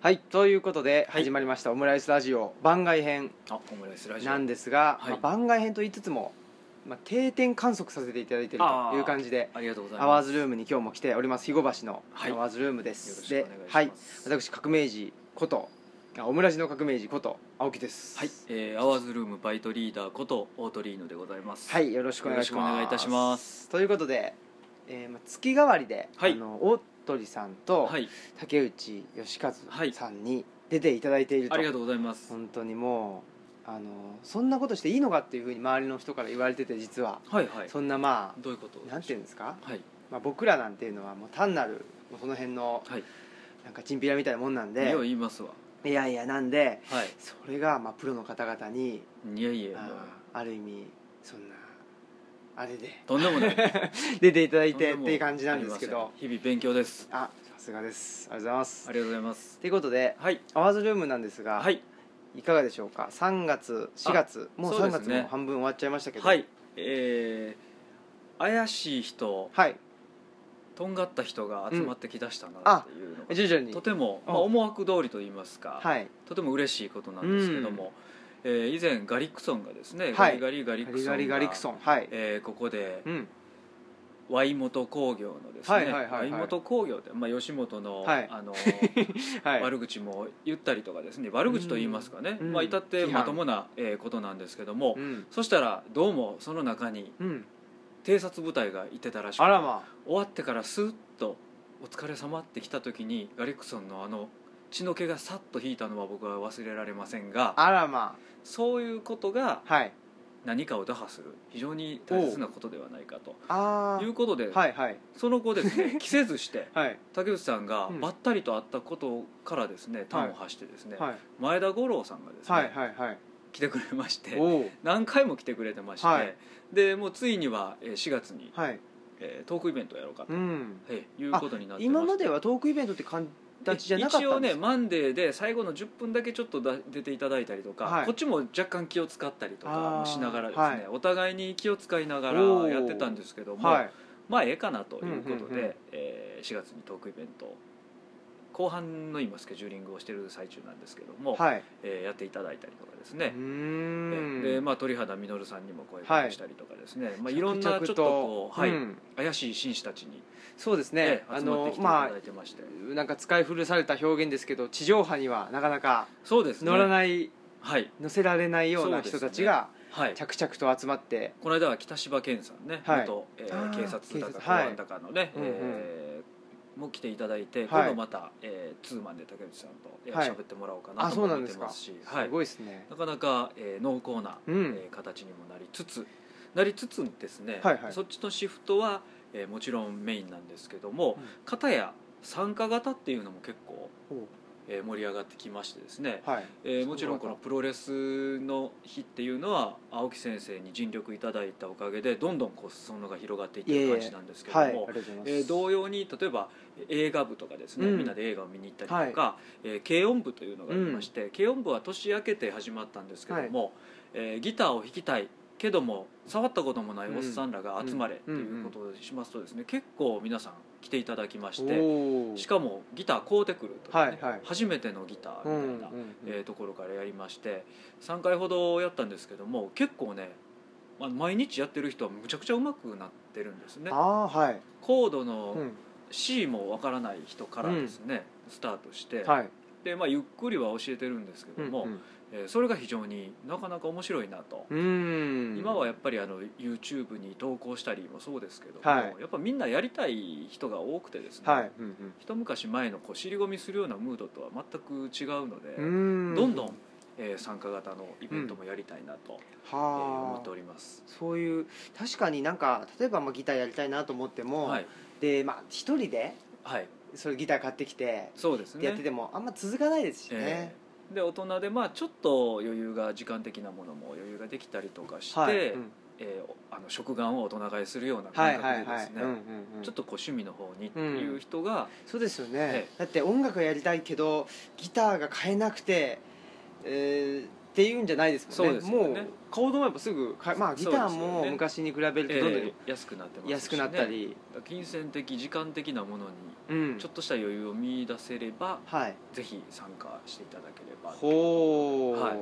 はいということではい始まりました「オムライスラジオ」番外編あオムライスラジオなんですが、はいまあ番外編と言いつつも、まあ、定点観測させていただいているあといーう感じでありがとうございますアワーズルームに今日も来ております肥後橋のはいアワーズルームでよろす、しくおで願いしますはい私革命児ことあオムラジの革命児こと青木ですはい、えー、アワーズルームバイトリーダーことオートリーノでございますはい、よろしくお願いしますよろしくお願いいたしますということで、えーまあ、月替わりで、はいあの大鳥さんとはい竹内義和はいさんに出ていただいていると、ありがとうございます本当にもうあのそんなことしていいのかっていうふうに周りの人から言われてて実は、はいはいそんなまどういうことあなんていうんですか、はいまあ、僕らなんていうのはもう単なるもうその辺のはいなんかチンピラみたいなもんなんでよう言いますわいやいやなんではいそれがまあプロの方々にいやいやもうあーある意味そんなあれでとんでも ない出ていただいとんでてっもていう感じなんですけありどません日々勉強ですあさすがですありがとうございますありがとうございますということではいアワーズルームなんですが、はいいかがでしょうか3月4月もうそう3です月ねも半分終わっちゃいましたけどはいえー、怪しい人はいとんがった人が集まってきだしたなあっていうのが、徐々にとても、まあ、うん思惑通りと言いますか、はいとても嬉しいことなんですけども、えー以前ガリクソンがですね、はいガリガリガガリクリソンがガリガリクソンはい、えーここでうんワイモト工業のですね、はいはいはいはいワイモト工業って、まあ、吉本の,、はいあの はい悪口も言ったりとかですね悪口と言いますかね、うんまあ、至って批判まともな、えーことなんですけども、うん、そしたらどうもその中にうん、偵察部隊がいてたらしくてあらま終わってからスーッと「お疲れ様って来た時にガリクソンのあの血の気がさっと引いたのは僕は忘れられませんがあらまそういうことがはい何かを打破する非常に大切なことではないかとあいうことで、あはいはいその後で すね着せずしてはい竹内さんがうんばったりと会ったことからですね端を発してですね、はい前田五郎さんがですね、はいはいはい来てくれましておお何回も来てくれてまして、はいでもうついにはえー4月に、はいえートークイベントをやろうかと、うんはいいうあことになってまして今まではトークイベントって形じゃなかっ一た応んでねすかマンデーで最後の10分だけちょっとだ出ていただいたりとか、はいこっちも若干気を使ったりとかもしながらですね、あーはいお互いに気を使いながらおーやってたんですけども、はいまあええかなということうんで、うんうんえー4月にトークイベントを後半の今スケジューリングをしてる最中なんですけども、はいえーやっていただいたりとかですうね、ーえんでまあ、鳥肌実さんにも声かけしたりとかですね、いまあ、いろんなちょっとこう、はいうん怪しい紳士たちに、そうですねえーあ集まっのてきていまたあだいてまして、なんか使い古された表現ですけど地上波にはなかなかそうですね乗らないはい乗せられないような人たちがはい、着々と集まってこの間は北芝健さんね、はい元、えーあー警察だ警か察はい公安だかのね、うんうんえーもう来ていただいて、い今度また、えー、ツーマンで竹内さんと、えーはい喋ってもらおうかあなとそう思なっんでてすかますすしはい、ごいですねなかなか、えー濃厚な、うんえー形にもなりつつなりつつですね、はいはいそっちのシフトは、えーもちろんメインなんですけども、うん片や参加型っていうのも結構、おえー盛り上がってきましてですね、はいえーもちろんこのプロレスの日っていうのは青木先生に尽力いただいたおかげでどんどんこう裾野が広がっていってる感じなんですけども、はいありがとうございますえー同様に例えば映画部とかですね、うんみんなで映画を見に行ったりとか、えー軽音部というのがありまして、軽音部は年明けて始まったんですけども、えーギターを弾きたいけども触ったこともないおっさんらが集まれっていうことをしますとですね結構皆さん来ていただきましておーしかもギター買うてくるというねはいはい初めてのギターみたいな。うんうんうんえーところからやりまして3回ほどやったんですけども結構ね、まあ、毎日やってる人はむちゃくちゃ上手くなってるんですねああーはいコードうのん C もわからない人からですね、スタートして、はいでまあ、ゆっくりは教えてるんですけども、えーそれが非常になかなか面白いなと、うんうんうん今はやっぱりあの YouTube に投稿したりもそうですけども、はいやっぱみんなやりたい人が多くてですね、はいうんうん一昔前のこう尻込みするようなムードとは全く違うので、うーどんどん、えー参加型のイベントもやりたいなと、えー思はってあおります。そういう確かになんか例えばまあギターやりたいなと思っても、はい、でまあ一人ではい、それギター買ってきてそうでっすね。てやっててもあんま続かないですしねえ、ーで大人でまあちょっと余裕が時間的なものも余裕ができたりとかして、はいうんえーおあの食玩を大人買いするようなは感いはい覚ではでいすうね、んうんうんちょっとこう趣味の方にっていう人が、そうですよね、えだって音楽がやりたいけどギターが買えなくて、えーっていうんじゃないですもんねそうですよねもう行動もやっぱすぐかまあギターそうですよもね昔に比べるとどんどえんー安くなってますしね安くなったり、金銭的時間的なものにうんちょっとした余裕を見出せれば、はいぜひ参加していただければほう、はい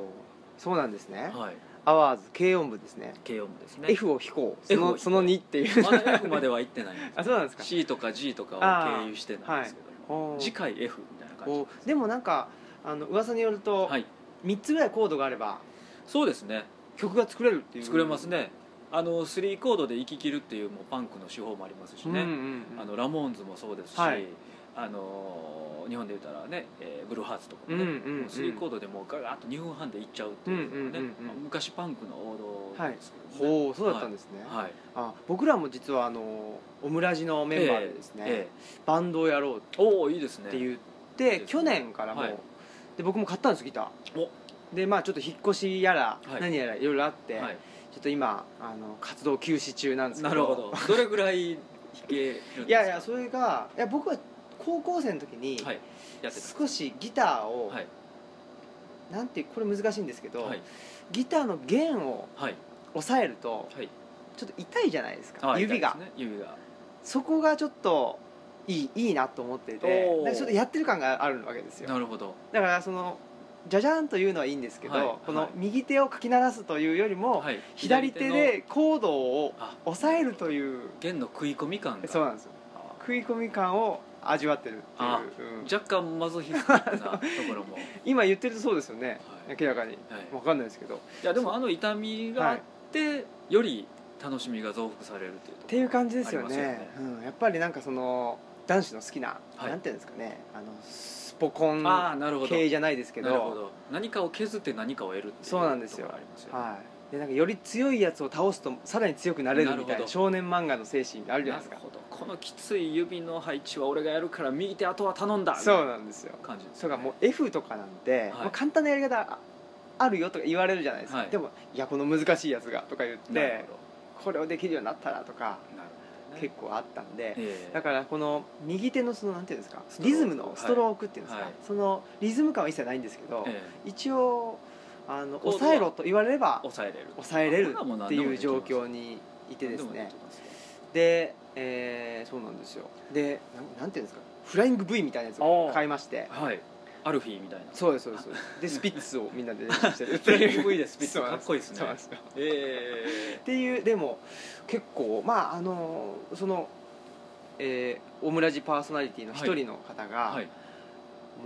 そうなんですねはいアワーズ軽音部ですね軽音部ですね F を弾こうそ F のを弾こうその2っていうまだ F までは行ってないんですあそうなんですか C とか G とかを経由してなんですけども、ほう次回 F みたいな感じほうでもなんかあの噂によると、はい3つぐらいコードがあればそうですね曲が作れるっていう作れますねあの3コードで生き切るっていうもうパンクの手法もありますしうんうね、んうん、あのラモーンズもそうですし、はいあのー日本で言ったらね、えーブルーハーツとかもね、うんうんうんもう3コードでもうガガッと2分半でいっちゃうっていうのがね、うんうんうんうんまあ昔パンクの王道ですけどね、ほうそうだったんですね、はいあ僕らも実はあのオムラジのメンバーでですね、えバンドをやろうっえおおいいですねて言って、ねいいですね去年からもう、はいで僕も買ったんですギターでまあちょっと引っ越しやら、はい何やらいろいろあって、はい、ちょっと今あの活動休止中なんですけなどるほどどれぐらい弾けるんですかいやいやそれがいや僕は高校生の時に、はいやって少しギターたを、はいなんてこれ難しいんですけど、はいギターの弦をはい押さえるとはいちょっと痛いじゃないですか、あ指が、痛いですね指がそこがちょっといいいいなと思ってておーなんかちょっとやってる感があるわけですよなるほどだからそのじゃじゃーんというのはいいんですけど、はいこはいの右手をかき鳴らすというよりも、はい左手のでコードをあ押さえるという弦の食い込み感がそうなんですよあ食い込み感を味わってるってあいう、うん若干マゾヒスティックなところ も、はい今言ってるとそうですよね明らかにはい、分かんないですけどっいやでもあの痛みがあって、より楽しみが増幅されるっていうところていう感じですよねありますうん、やっぱりなんかその男子の好きな、はいなんていうんですかねあのスポコンああなるほど系じゃないですけなどるほど何かを削って何かを得るっていうそうなんですよところがありますよ、はい、でなんかより強いやつを倒すとさらに強くなれるみたないるほなど少年漫画の精神があるじゃないですなかるほどこのきつい指の配置は俺がやるから右手あとは頼んだそうなんですよ感じですそねうかもう F とかなんて、はいまあ、簡単なやり方ああるよとか言われるじゃないですか、はいでもいやこの難しいやつがとか言っなるてこれをできるようになったらとかほどなるほどね結構あったんで、ええだからこの右手のそのなんていうんですかストローリクズムのストロークっていうんですか、はいそのリズム感は一切ないんですけど、え一応あのコードは抑えろと言われればえ抑えれる抑えれるあこんなもんっ何てでもいでうきます状況にいてです何もねきますよで、えーそうなんですよでなんなんていうんですかフライング V みたいなやつあをー買いましてはいアルフィーみたいなそうですそうですそうですでスピッツをみんなで練習してるっ フてレいーうム V ですピッツそうなかんっこいいですねそうなんですよえっていうでも結構まああのその、えーオムラジパーソナリティの一人の方が、えはいも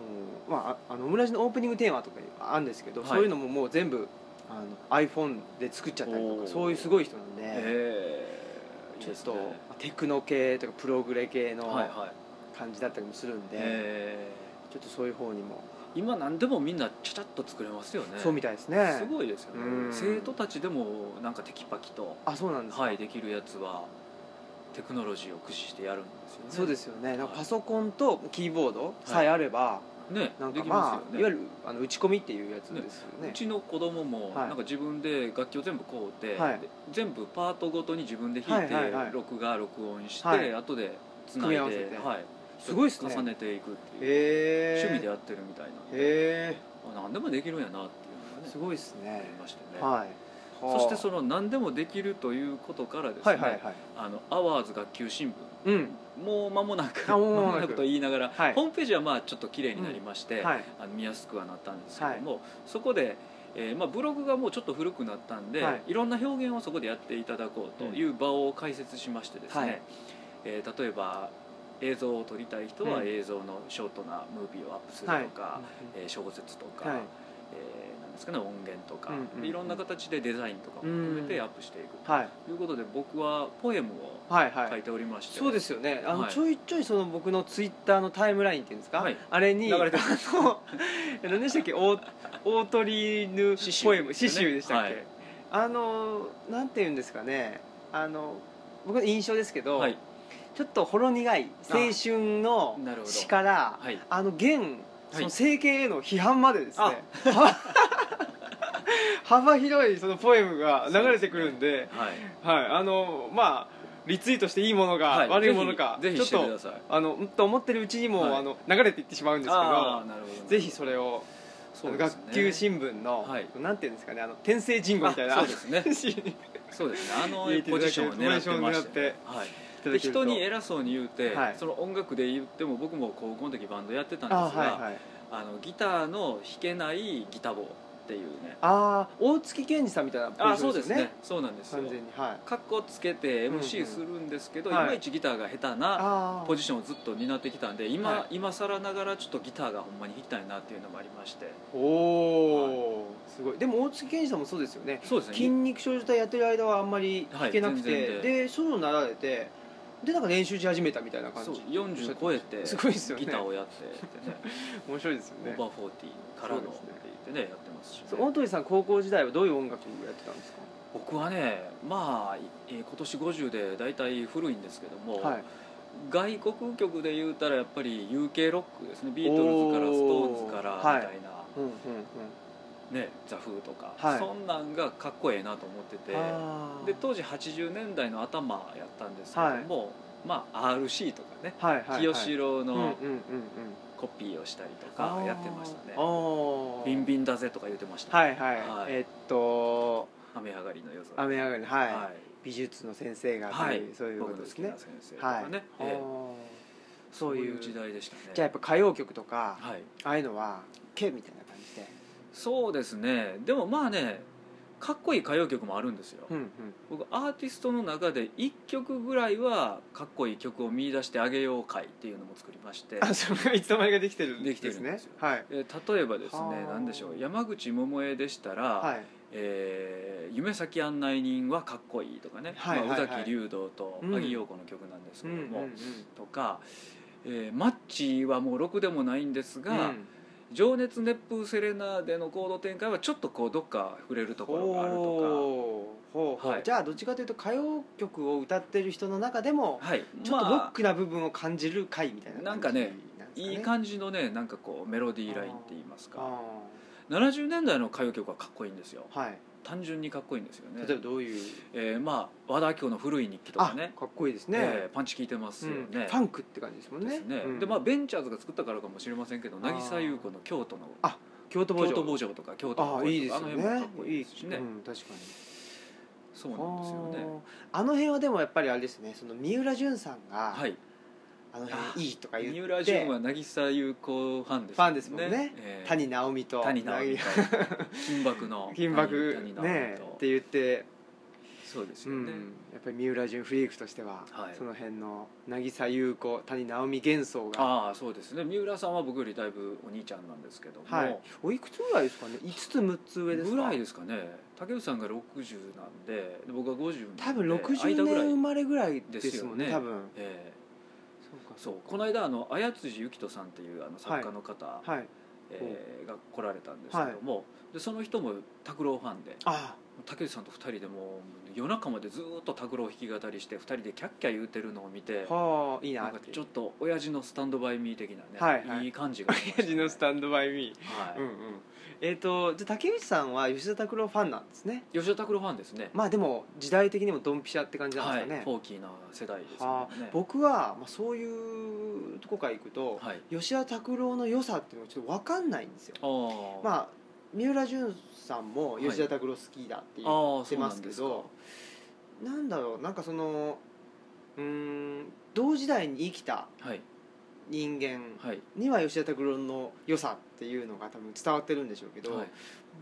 うまあああのオムラジのオープニングテーマとかあるんですけど、はいそういうのももう全部あの iPhone で作っちゃったりとおーかそういうすごい人なんで、ええちょっと、テクノ系とかプログレ系のはいはい感じだったりもするんで、えちょっとそういう方にも、え今何でもみんなちゃちゃっと作れますよねそうみたいですねすごいですよね、うん生徒たちでもなんかテキパキと、あそうなんですか、はい、できるやつはテクノロジーを駆使してやるんですよねそうですすよねなんかパソコンとキーボードさえあれば、ねなんでかきまますあよいわねゆるあの打ち込みっていうやつですよねうちの子供もはいなんか自分で楽器を全部こうて、はいで全部パートごとに自分で弾いて、はいはいはい録画録音して、はい後でつな組いみで、合はわいせて、すごいっすね重ねていくっていう、へえ趣味でやってるみたいなんで、へあ何でもできるんやなっていうのがえねすごいですあねりましたね、はいそしてそのの何でもできるということからですね、はいはいはいあのアワーズ学級新聞うんもう間もなくあ間もう間もなくもなくと言いながら、はいホームページはまあちょっと綺麗になりまして、はいあの見やすくはなったんですけども、そこで、えーまあ、ブログがもうちょっと古くなったんで、、はいろんな表現をそこでやっていただこうという場を開設しましてですね、はいえー例えば映像を撮りたい人はうん映像のショートなムービーをアップするはいとか、えー小説とか、はいえーなんですかね音源とか、うんうんうんいろんな形でデザインとかも含めてアップしていくはいということで僕はポエムをはいはい書いておりまして、そうですよねあの、はいちょいちょいその僕のツイッターのタイムラインっていうんですか、はいあれに流れてまあの 何でしたっけ大大鳥ぬポエム詩詩集集でですしたよねっけ、あのなんて言うんですかねあの僕の印象ですけど、はいちょっとほろ苦い青春のあなるほど詩からあはいの現その政権への批判までですね、あ 幅広いそのポエムが流れてくるんではいはい、あのまあリツイートしていいものか、は悪いものかぜひぜひしちてょくっだとさいあのうんと思ってるうちにも、はいあの流れていってしまうんですけあどーなるほどぜひそれをそうですね学級新聞の、はいなんていうんですかねあの天聖人語みたいなあそうですねシーンにいそうですね あの入れていポただけるジションを狙ってポジシましョンを狙ったてよねはただいけでると人に偉そうに言うて、はいその音楽で言っても僕も高校の時バンドやってたんですあがあ、はいはいのギターの弾けないギター棒っていうねああ大月健二さんみたいなポジションあそうですねそうなんですよ完全にはいカッコつけてうんうん MC するんですけど、はいいまいちギターが下手なあポジジションをずっと担ってきたんで今、は今更ながらちょっとギターがほんまに弾きたいなっていうのもありましておお、すごいでも大月健二さんもそうですよねそうですね筋肉症状態やってる間はあんまり弾けなくて、はい全然でソロになられてでなんか練習し始めたみたいな感じそう40超え てすごいですよねギターをやってってね面白いですよねオーバーフォーティーからのっそうてですね言ってねやってますしね、そう大鳥さん高校時代はどういう音楽をやってたんですか僕はねまあ、えー今年50で大体古いんですけども、はい外国曲で言うたらやっぱり UK ロックですねビートルズからストーンズからおーはいみたいな、うんうんうんね、ザ・フーとか、はいそんなんがかっこええなと思っててあーで当時80年代の頭やったんですけども、まあ RC とかね、はいはいはい清志郎うんうんうんのうんコピーをしたりとかやってましたねあー「ビンビンだぜ」とか言ってました、はいはい、はいえっと雨上がりの夜空雨上がりのはい、はい美術の先生がという、はいそういうこ僕とでの好すきねな先生とはかいね、あーええそういう時代でしたねじゃあやっぱ歌謡曲とか、はい、ああいうのはけみたいな感じでそうですねでもまあねかっこいい歌謡曲もあるんですよ、うんうん僕アーティストの中で1曲ぐらいはかっこいい曲を見出してあげよう会っていうのも作りましてあそれがいつの間にかできてるんできてるんねですよはいえー例えばですねはあ何でしょう山口百恵でしたら、はいえー夢先案内人はかっこいい」とかね、はいはいまはあい宇崎竜童とうん阿木陽子の曲なんですけども、うんとか、えーマッチはもうろくでもないんですうんが「情熱熱風セレナーデ」のコード展開はちょっとこうどっか触れるところがあるとほうほうほう、はいじゃあどっちかというと歌謡曲を歌ってる人の中でもか、はい、ちょっとロッまあクな部分を感じる回みたいな感じなんかねなんですかいい感じのねなんかこうメロディーラインって言いますかあ70年代の歌謡曲はかっこいいんですよーはい単純にかっこいいんですよね例えばどういうえーまあ、和田アキ子の「古い日記」とあかねかっこいいですえねーパンチ効いてますよね、うんファンクって感じですもんでねすねうんでまあ、ベンチャーズが作ったからかもしれませんけどあー渚優子の京都のあ京都京坊城都坊城とか京都のああいいで声とすよかあの辺もかねっこいいですしねうん、確かにそうなんですよねあーあの辺はでもやっぱりあれですねその三浦淳さんが、はいあの辺いいとか言って三浦淳は渚優子ファンですファンですもんねえー谷直美と谷直 美と金箔の金箔谷谷ね直っ美てと言って、そうですうよんね、やっぱり三浦淳フリークとしては、はいその辺の渚優子谷直美幻想がああそうですね三浦さんは僕よりだいぶお兄ちゃんなんですけども、はいおいくつぐらいですかね5つ6つ上ですかぐらいですかね竹内さんが60なんでで僕は50なんで多分60間ぐらい年生まれぐらいですもんねです多よね分ええそうかそうこの間あの綾辻幸人さんっていうあの作家の方、はいえーが来られたんですけども、でその人も拓郎ファンであ竹内さんと2人でもう夜中までずーっと拓郎弾き語りして2人でキャッキャ言うてるのを見てはあいいななんかちょっと親父のスタンドバイミー的なね、はいはい感じがしました親ね、父のスタンドバイミーはいうんうんえっ、とじゃあ竹内さんは吉田拓郎ファンなんですね吉田拓郎ファンですねまあでも時代的にもドンピシャって感じなんはでいすかね、フォーキーな世代ですはもあんね僕は、まあ、そういうとこから行くと、はい吉田拓郎の良さっていうのがちょっと分かんないんですよあーまあ三浦淳さんもはい吉田拓郎好きだって言っあーてそうまなんすけですかど、なんだろうなんかそのうーん同時代に生きたはい人間はいには吉田拓郎の良さっていうのが多分伝わってるんでしょうけど、はい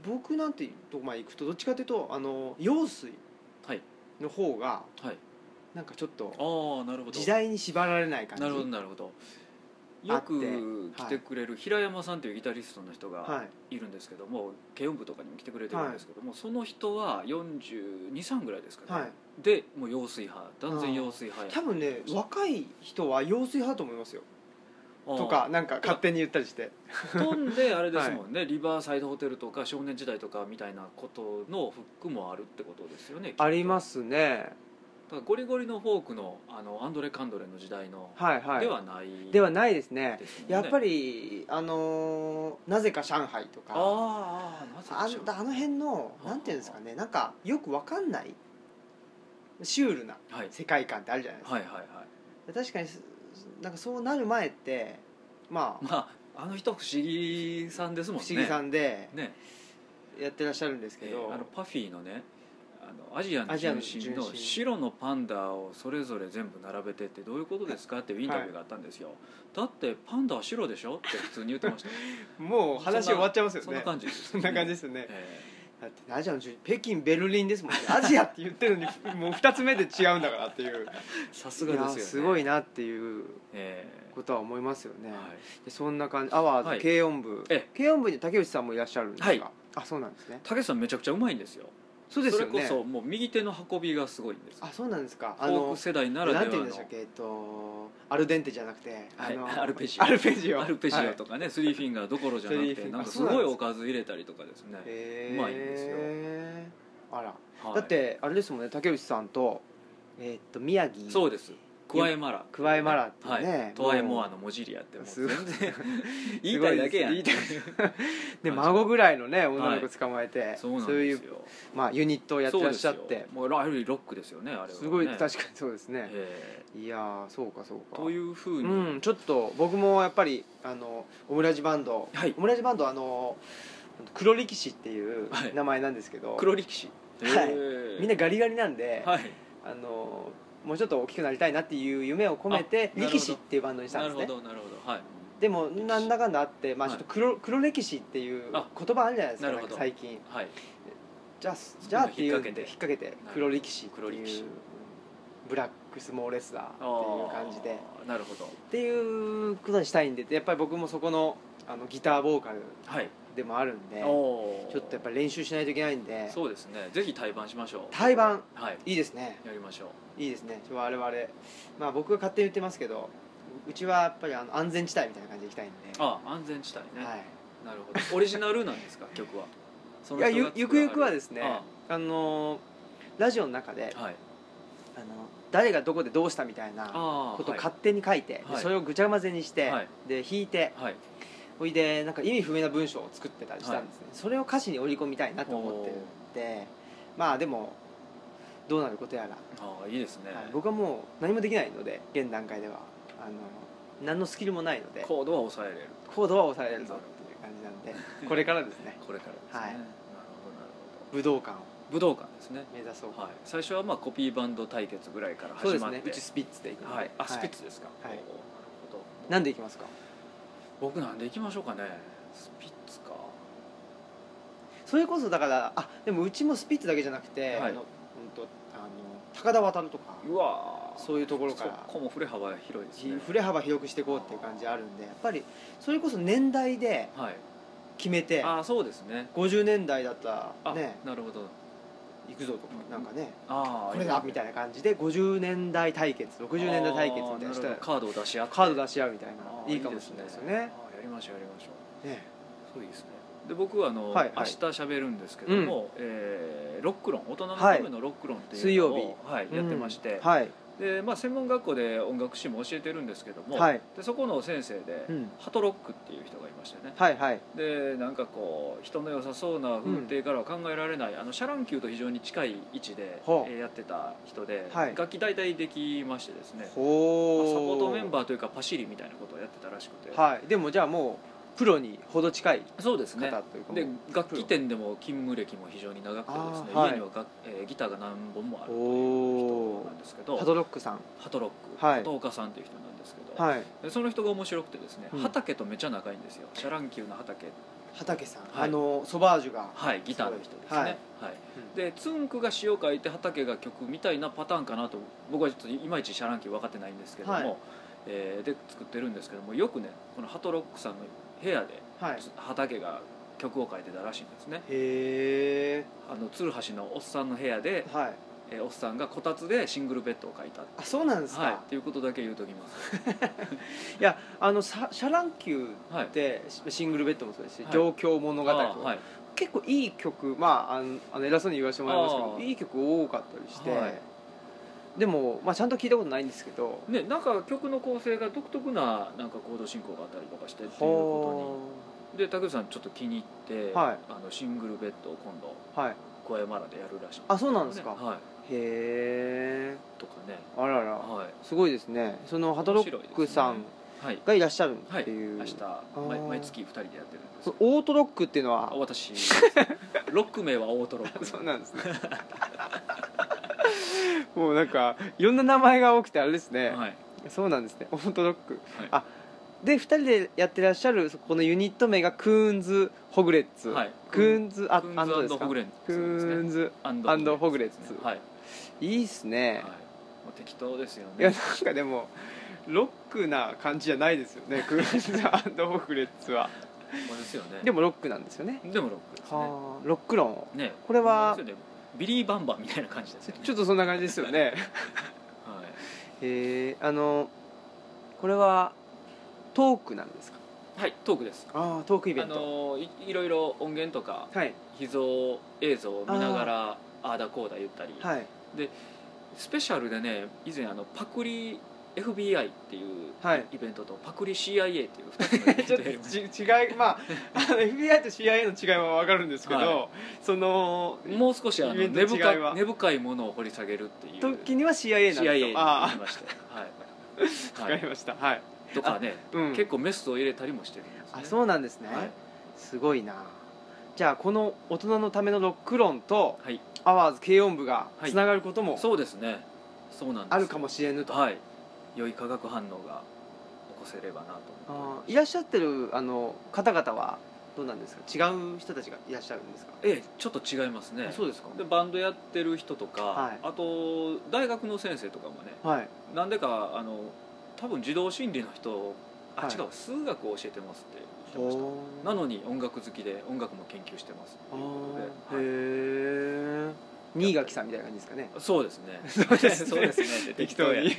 僕なんていうとこまで行くとどっちかというとあの陽水はいの方がはいなんかちょっとああなるほど時代に縛られない感じなるほどなるほどあよってく来てくれる平山さんというギタリストの人がはいいるんですけども軽音部とかにも来てくれてるんですけども、その人は423ぐらいですかね、はいでもう用水派断然用水派多分ね若い人は陽水派と思いますよ分とかなんか勝手に言ったりして飛んであれですも んね、リバーサイドホテルとか少年時代とかみたいなことのフックもあるってことですよねありますすねだからゴリゴリのフォークのあのアンドレ・カンドレの時代の、はいはいではないではないですねですもんねやっぱりりあのーなぜか上海とあかああああなぜでしょうんあの辺のなんていうんですかねなんかよくわかんないシュールなはい世界観ってあるじゃないですかはいはいはい確かにすなんかそうなる前ってまあまああの人不思議さんですもん不ね思議さんでね、やってらっしゃるんですけえど、ーあのパフィーのねあのアジアのアジアの中心純の真白のパンダをそれぞれ全部並べてってどういうことですかっていうインタビューがあったんですよ、だってパンダは白でしょって普通に言ってましたよもう話終わっちゃいますよそんなね感じで す、そんな感じですすよねえだってアジアの中心北京ベルリンですもんねアジアって言ってるのにもう2つ目で違うんだからっていうーさすがいですよやねすごいなっていうえことは思いますよーね、はいでそんな感じアワーはいズ軽音部、え軽音部に竹内さんもいらっしゃるんですか、はいあそうなんですねたけしさんめちゃくちゃうまいんですよそうですよそれねこそもう右手の運びがすごいんですあそうなんですかフあォーのク世代ならでなはんての言うんでしたっけえっとアルデンテじゃなくて、はあいのアルペジオアルペジオアルペジはオいとかね、スリーフィンガーどころじゃなスリくーフィてンガーなんかすあそうごいなんですおかず入れたりとかですねへーうまいんですよあら、はいだってあれですもんね竹内さんとえっと宮城そうですクワエマラクワエマラっていうはいねトワエモアのモジリアってもうす全ごい然言いたいだけやん言いたいで孫ぐらいのね女の子捕まえて、そうなんそういでうすよまあユニットをやってらっしゃっそうでてすよもうライブリーロックですよねあれはねすごい確かにそうですね、えいやーそうかそうかーというふうに、うん、ちょっと僕もやっぱりあのオムラジバンド、はいオムラジバンドはあの黒力士っていうはい名前なんですけど、黒力士、はいえーみんなガリガリなんで、はいあのもうちょっと大きくなりたいなっていう夢を込めてあなるほど力士っていうバンドにしたんなでるすほねどなるほどはいでもなんだかんだあって、まあ、ちょはいっと黒,、黒歴史っていうあ言葉あるじゃないですかなるなほんどか最近はいじゃあじゃあってい引うっ掛けて引っ掛けて黒歴史って黒力い士うブラックスモーレスラーっていう感じであーなるほどっていうことにしたいんでやっぱり僕もそこのあのギターボーカルはいでもあるんでちょおーっとやっぱり練習しないといけないんでそうですねぜひ対バンしましょう対バンはいいいですねやりましょういいですねちょ我々まあ僕が勝手に言ってますけどうちはやっぱりあの安全地帯みたいな感じでいきたいんであ安全地帯ね、はいなるほどオリジナルなんですか曲はいやゆゆくゆくはですすねあのラジオの中ではいあの誰がどこでどうしたみたいなあことをは勝手に書いて、ではいそれをぐちゃ混ぜにして、はいで弾いてい、はい、ほいでなんか意味不明な文章を作ってたりしたんですね、それを歌詞に織り込みたいなと思ってるんでまあでもどうなることやら、ああいいですね、はい僕はもう何もできないので現段階ではあの何のスキルもないのでコードは抑えれるコードは抑えれるぞっていう感じなんでこれからですねこれからですね、はいなるほどなるほ武道館をど武道館ですね目指そうはい最初はまあコピーバンド対決ぐらいからそう始ですまってねうちスピッツでいくので、はいあスピッツですかはいおーなるほどなんでいきますか僕なんでいきましょうかねスピッツかそれこそだからあでもうちもスピッツだけじゃなくて、はいあのうんとあの高田渡とかうわーそういうところからそこも振れ幅広いですね振れ幅広くしていこうっていう感じあるんでやっぱりそれこそ年代ではい決めてああそうですね50年代だったあらねなるほど行くぞとかなんかねああこれだみたいな感じで50年代対決60年代対決みたいなしたあーらるほどカードを出し合ってカード出し合うみたいあないーいかもしれないですよねあーやりましょうやりましょねうそういいですねで僕はあの、はいはい明日喋るんですけども、えーロック論大人のためのロック論って水いう曜の日を、はいやってまして、はいでまあ、専門学校で音楽史も教えてるんですけども、はいでそこの先生で、うんハトロックっていう人がいましてねはいはいでなんかこう人の良さそうな風景からは考えられない、あのシャランキューと非常に近い位置で、ほうえーやってた人で、はい楽器大体できましてですねまあサポほーうトメンバーというかパシリみたいなことをやってたらしくて、はいでもじゃあもうプロにほど近いそうですね方というかでもう楽器店でも勤務歴も非常に長くてですね、あーはい家にはが、えーギターが何本もあるというお人ーなんですけどハドロックさんハトロック、はい鳩岡さんという人なんですけど、はいでその人が面白くてですね、うん畑とめちゃ仲いいんですよシャランキューの畑畑さん、はいあのソバージュがはいギターの人ですね、ははいいでツンクが詩を書いて畑が曲みたいなパターンかなと僕はちょっといまいちシャランキュー分かってないんですけども、はいえーで作ってるんですけどもよくねこのハトロックさんの部屋ではい畑が曲を書いてたらしいんですねへえあの鶴橋のおっさんの部屋で、はいえーおっさんがこたつでシングルベッドを書いたあそうなんですか、はいっていうことだけ言うときますい、やあのさシャランキュはーいでシシングルベッドもそうですし「はい状況物語」あーはい結構いい曲まああのあの偉そうに言わせてもらいますけどあーいい曲多かったりして、はいでも、まあ、ちゃんと聞いたことないんですけどね、なんか曲の構成が独特ななんかコード進行があったりとかしてっていうこほとにで竹内さんちょっと気に入って、はいあのシングルベッドを今度うはい小山らでやるらしいあそうなんですか、はへえい、とかねあららはいすごいですねそのハドロックさん面白いではいがいらっしゃるっはいていう、明日毎毎月2人でやってるんですそのオートロックっていうのは あ私ロック名はオートロックそうなんですね もうなんかいろんな名前が多くてあれですね、はいそうなんですねオートロック、はいあで2人でやってらっしゃるそこのユニット名がクーンズ・ホグレッツ、はいクーンズ・あクアンドーでンズすかホグレンクーンズアンアンドホグレッツですねはいいいっすはいね、もう適当ですよい、やねなんかでもロックな感じじゃないですよねクーンズ・アンドホグレッツはもうですよねでももロックなんですよねでもロックですねはあロック論ねこれはそうですよねビリー・バンバンみたいな感じですよねちょっとそんな感じですよねはいえー、あのこれはトークなんですかはいトークですああトークイベあントのいいろいろ音源とかはい秘蔵映像を見ながらああだこうだ言ったり、はいスペシャルでね以前あのパクリ FBI っていうはいイベントと、パクリ CIA っていう2つのイベン ちょトっとでやりましじ違いまああの FBI と CIA の違いは分かるんですけど、はそのたもう少しあのイベント根の違いは深い根深いものを掘り下げるっていう時には CIA なん CIA になりあましてあ分はい、はかりい、ましたはい、とかね、うん、結構メスを入れたりもしてるんです、ね、あそうなんですね、はいすごいなじゃあこの大人のためのロック論とはいアワーズ軽音部がはいつながることもそうですねそうなんですあるかもしれぬと、はい良い化学反応が起こせればなと思ってあーいらっしゃってるあの方々はどうなんですか違う人たちがいらっしゃるんですか、ええちょっと違いますねあそうですかでバンドやってる人とか、はいあと大学の先生とかもねはいなんでかあの多分児童心理の人あ、はい違う数学を教えてますって言ってましおーたなのに音楽好きで音楽も研究してますあというこーとで、はへいえ新垣さんみたいな感じですかねそうですね そうですねそうですねって適 当にやへ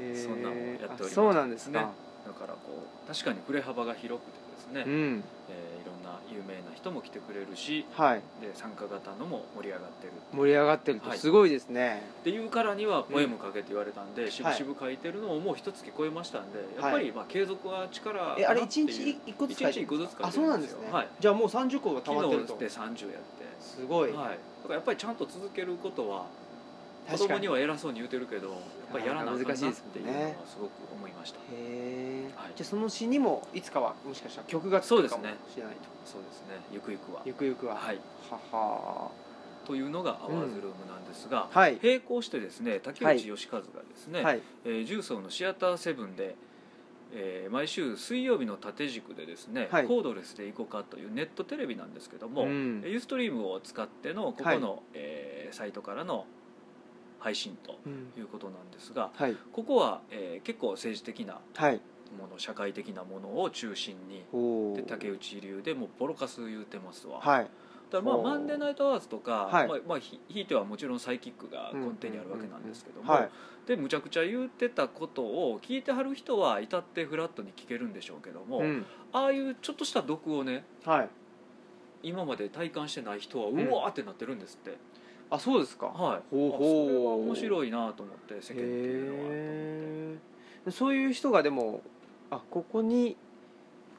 ーそんなもんやっておりますあそうなんですか、ねだからこう確かに触れ幅が広くてですね、うんえーいろんな有名な人も来てくれるしはいで参加型のも盛り上がってる盛り上がってるとはいすごいですね、っていうからにはポエム書けって言われたんで、しぶはいしぶ書いてるのももう一月超えましたんで、やっぱりまあ継続は力かなっていえうあれ一日一個ずつ書い一て日る一個ずつ書いてるあそうなんですね、はいじゃあもう30個が溜まってる昨と日で30やっすごい、て、はい、だからやっぱりちゃんと続けることは子確か供にには偉そうに言うてるけどやっぱりやらなあかんな難っしていいうでのはすすもんねごく思いましたへえ、はいじゃあその詩にもいつかはもしかしたら曲がつくかもしれないと、そうですねゆくゆくはゆくゆくははいははというのがアワーズルームなんですが、はい並行してですね竹はい内義和がですね、はいえー重曹のシアターセブンで、えー毎週水曜日の縦軸でですね、はいコードレスで行こうかというネットテレビなんですけども、うユんーストリームを使ってのここの、えーサイトからの配信とうんいうことなんですがはいここは、えー結構政治的なはいもの社会的なものを中心におおで竹内流でもうボロカス言うてますわ、はいだからまあおーマンデーナイトアワーズとか、はいまあまあ、ひひいてはもちろんサイキックが根底にあるわけなんですけども、はいでむちゃくちゃ言ってたことを聞いてはる人は至ってフラットに聞けるんでしょうけども、うんああいうちょっとした毒をねはい今まで体感してない人はうんわーってなってるんですって、あそうですかはいほうほうあそれは面白いなと思って世間っていうのはへえそういう人がでもあここに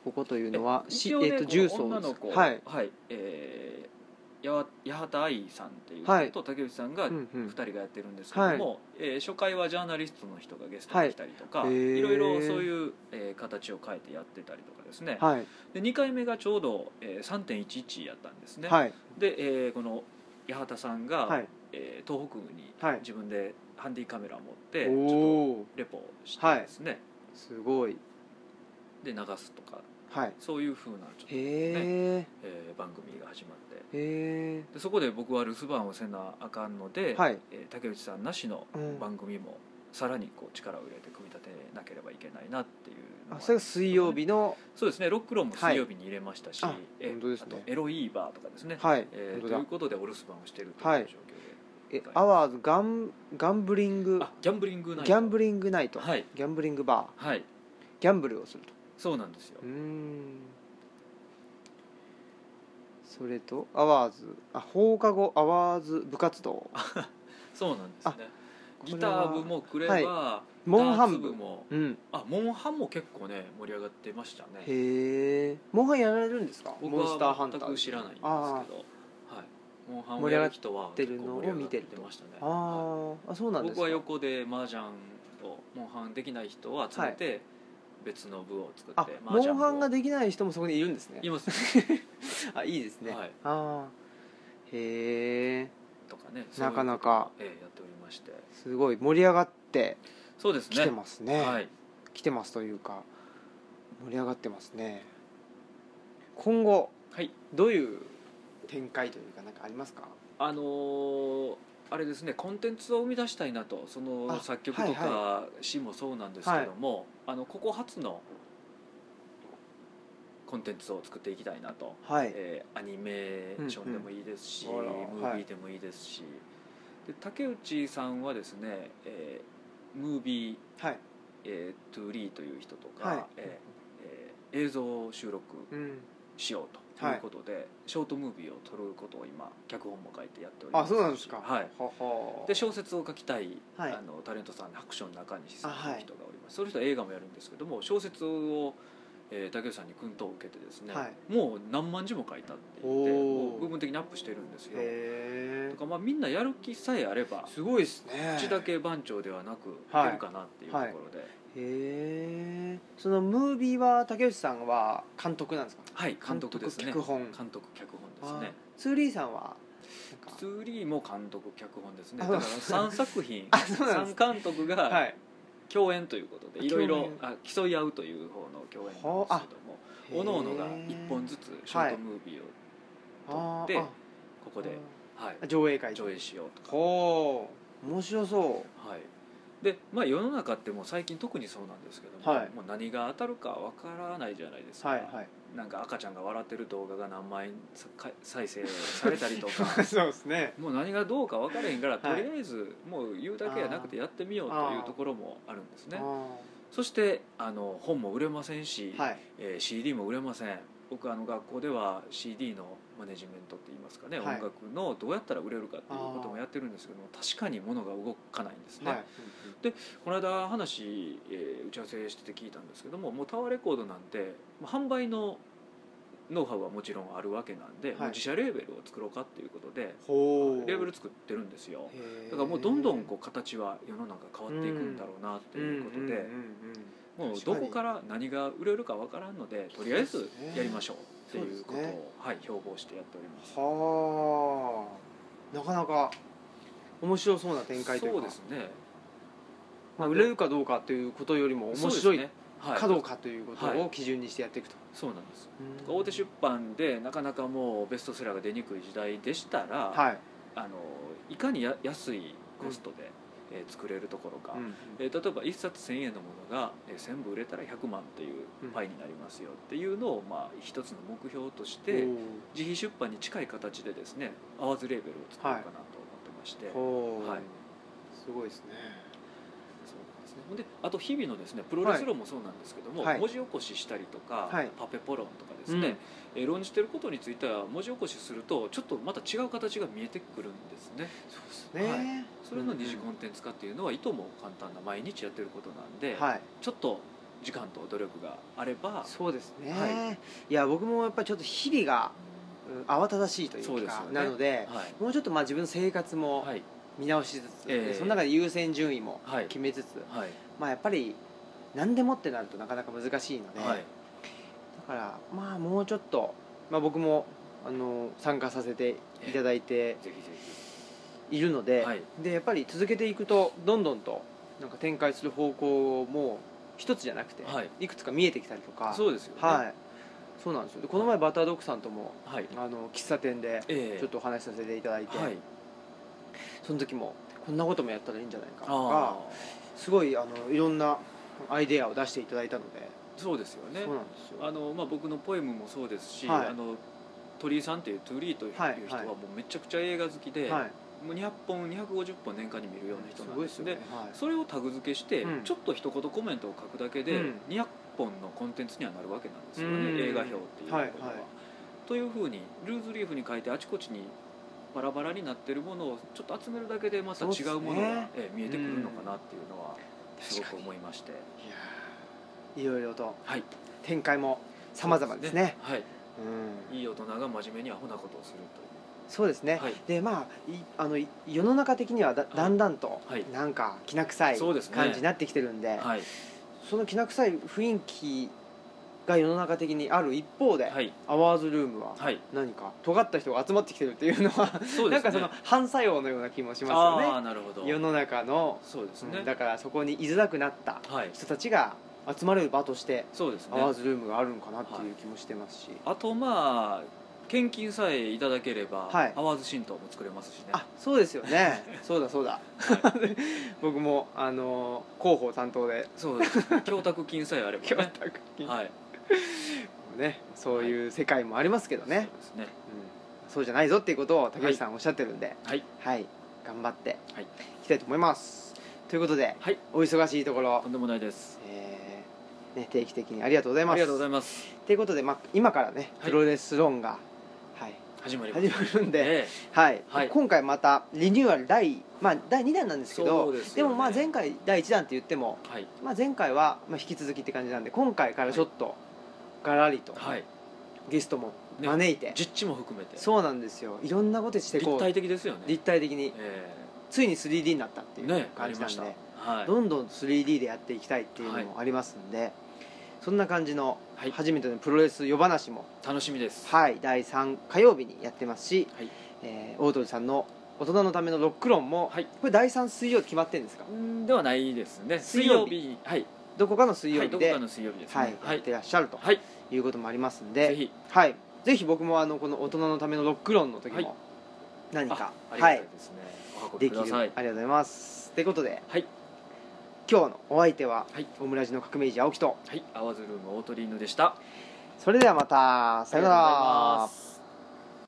ここというのはと思ってし一応ねえっとこの重曹女でのす子かはいえーやわ八幡愛さんっていうはい人と竹内さんがうんうん2人がやってるんですけども、えー初回はジャーナリストの人がゲストに来たりとか、はいへーい、ろいろそういう、えー形を変えてやってたりとかですね、はいで2回目がちょうど、えー3.11やったんですね、はいで、えーこの八幡さんが、はいえー東北部にはい自分でハンディカメラを持っておちょっおとレポをしてですね、すごいで流すとかはいそういうふうなちょっへと、えー番組が始まってえへでそこで僕は留守番をせなあかんので、えはいえー竹内さんなしのうん番組もさらにこう力を入れて組み立てなければいけないなっていうあのはそれが水曜日のそうですねロックロンもはい水曜日に入れましたし、あえ本当ですねあとエロイーバーとかですね、はいえ本当ーといだうことでお留守番をしているという状は況いで、えアワーズガンガンブリングあギャンブリングナイトギャンブリングナイトはいギャンブリングバーはいギャンブルをするとそうなんですようーんそれとアワーズあ放課後アワーズ部活動そうなんですねあギター部もくれば、はいダモンハーツン部部もうんあモンハンも結構ね盛り上がってましたねへえモンハンやられるんですか僕モンスターハはンター全く知らないんですけどあはいモンハンをやる人は盛り結上がってるのを構盛り上が見ってるとてましたねああーあそうなはんいですか僕は横で麻雀をとモンハンできない人を集めて別の部を作あって、モンハンがでできない人もそこにいるんですねいますあいいです ね、はいああへえとかねなかなか、かそういうええやっておりましてすごい盛り上がってそうですねきてますねはい来てますというか盛り上がってますね今後はいどういう展開というかなんかありますかあのーあれですねコンテンツを生み出したいなとそのあ作曲とはいか詩もそうなんですけども、あのここ初のコンテンツを作っていきたいなと、はいえーアニメーションでもいいですし、うんうんあらムービーでもいいですし、で竹内さんはですね、えームービー、はいえートゥーリーという人とか、はいえーえー映像収録うんしようということで、ショートムービーを撮ることを今脚本も書いてやっておりまあすそうなんですかはいははで小説を書きたい、はいあのタレントさんで白書の中西さんあというはい人がおります、その人は映画もやるんですけども小説を、えー竹内さんに薫陶を受けてですね、はいもう何万字も書いたって言っておーもう部分的にアップしてるんですよへとえか、まあ、みんなやる気さえあればすごいですね口だけ番長ではなくいはいけるかなっていうところで、はいへえそのムービーは竹内さんは監督なんですか監督ですね脚本監督脚本あですねツーリーさんはなんかツーリーも監督脚本ですねだあから3作品あ そうなんで3監督が、はい共演ということであいろいろ共演あ競い合うという方の共演なんはであすけどもおのおのが1本ずつショートムービーを撮でここで、はい、上映会上映しようとか、ほう面白そはい、で、まあ、世の中ってもう最近特にそうなんですけども,、はいもう何が当たるかわからないじゃないですうか、はいはいなんか赤ちゃんが笑ってる動画が何万円さか再生されたり とかそうですねもう何がどうか分からへんからとはいりあえずもう言うだけじゃなくてやってみようというところもあるんですねあそしてあの本も売れませんし、ーはいえー CD も売れません僕あの学校では CD のマネジメントって言いますかね、はい音楽のどうやったら売れるかっていうこともやってるんですけども確かに物が動かないんですね、はいこの間話、えー打ち合わせしてて聞いたんですけどももうタワーレコードなんてまあ販売のノウハウはもちろんあるわけなんで、いもう自社レーベルを作ろうかっていうことでほうレーベル作ってるんですよへーだからもうどんどんこう形は世の中変わっていくんだろうなっていうことで、うんうんうんうんもうどこから何が売れるかわからんのでとりあえずやりましょうっていうことを、そうですはい、標榜してやっておりますはあなかなか面白そうな展開というかそうですねまあ、売れるかどうかということよりも面白そうですいねはい、かどうかということはを基準にしてやっていくと、そうなんですうん大手出版でなかなかもうベストセラーが出にくい時代でしたら、はい、あのいかにや安いコストで、えー作れるところか、うんえー例えば1冊1,000円のものが、えー、全部売れたら100万っていううんパイになりますよっていうのを、まあ、一つの目標として、自費出版に近い形でですねアワーズレーベルを作ろうかなと思ってまして、おーほう、はいすごいですねそうなんですねほんであと日々のですねプロレス論もそうなんですけども、はい文字起こししたりとか、はいパペポ論とかですね、えー論じてることについては文字起こしするとちょっとまた違う形が見えてくるんですねそうですね、はいそれの二次うんコンテンツ化っていうのはいとも簡単な毎日やってることなんで、はい、ちょっと時間と努力があればそうですね、、はいや僕もやっぱりちょっと日々が、うん慌ただしいといそううですかよねなので、はい、もうちょっとまあ自分の生活もはい見直しつつ、ええでその中で優先順位もはい決めつつ、はいまあやっぱり何でもってなるとなかなか難しいので、はいだからまあもうちょっと、まあ、僕もあの参加させていただいてぜひぜいるので,、はいでやっぱり続けていくとどんどんとなんか展開する方向も一つじゃなくて、、はいくつか見えてきたりとかひそうですよねはい、そうなんですよでこの前バタードッグさんともはいあの喫茶店でええちょっとお話しさせていただいて、はいその時もこんなこともやったらいいんじゃないかとあかあすごいあのいろんなアイデアを出していただいたので、そうですよねそうなんですよあの、まあ、僕のポエムもそうですし、はいあの鳥居さんっていうトゥーリーという人はいははいもうめちゃくちゃ映画好きで、はいもう200本250本年間に見るような人なんですごいでですよね、はいそれをタグ付けして、うんちょっと一言コメントを書くだけで、うん200本のコンテンツにはなるわけなんですよね、うん映画表っていうのは。はいはいというふうにルーズリーフに書いてあちこちにバラバラになってるものをちょっと集めるだけでまたそうで違すねうものが、ええ見えてくるのかなっていうのはすご確くかに思いまして。いやーいろいろとはい、展開も様々ですねはい、うんいい大人が真面目にアホなことをするとそうですね、はいでまあいあのい世の中的にはだいだんだんと、はいなんかきな臭いそうですね感じになってきてるんでそはいのきな臭い雰囲気が世の中的にある一方で、はいアワーズルームははい何か尖った人が集まってきてるっていうのはそうでなんすねかその反作用のような気もしますああよーなるほどね世の中の、そうですねうんだからそこに居づらくなったはい人たちが集まれる場としてそうですアワーねズルームがあるのかなっていう気もしてますし、あとまあ献金さえいただければ、はいアワーズ神道も作れますしねあそうですよねそうだそうだ、 僕もあの広報担当でそうですね 供託金さえあれば教ね託金はいねそういう世界もありますけどね、そうですねうん、そうじゃないぞっていうことを竹内さんおっしゃってるんではいはい、頑張ってはいいきたいと思いますということで、はいお忙しいところと、んでもないですえーね、定期的にありがとうございますありがとうございいますますということで、まあ、今からねはプいロレス論が、はい始まります始まるんで、ええはい、はい今回またリニューアル第,、まあ、第2弾なんですけそどうですよねもまあ前回第1弾って言っても、はいまあ、前回はまあ引き続きって感じなんで今回からちょっとがらりとはいゲストも招いて、実地も含めてそうなんですよいろんなことしていこ立う体的ですよね立体的にえついに 3D になったってえいうねあ感りじなまんしで、たはいどんどん 3D でやっていきたいっていうのもありますんで、そんな感じのはい初めてのプロレス夜話も、楽しみですはい、第3火曜日にやってますし、はいえー大鳥さんの「大人のためのロック論も」はいこれ第3水曜日決まってるんですかうんではないですね水水曜曜日日はいどこかの水曜はい日どこで、かはいの水曜日ですねはやっいてらっしゃるとはいいうこともありますんで、ぜひはい、ぜひ僕もあのこの「大人のためのロック論」の時はいも何あか、はいありがたいですねお運でびきくるあだりさがいとうございますということではい今日のお相手は、はいオムラジの革命児青木とはい、アワズルームオートリーヌでした。それではまたさようなありがとうございらます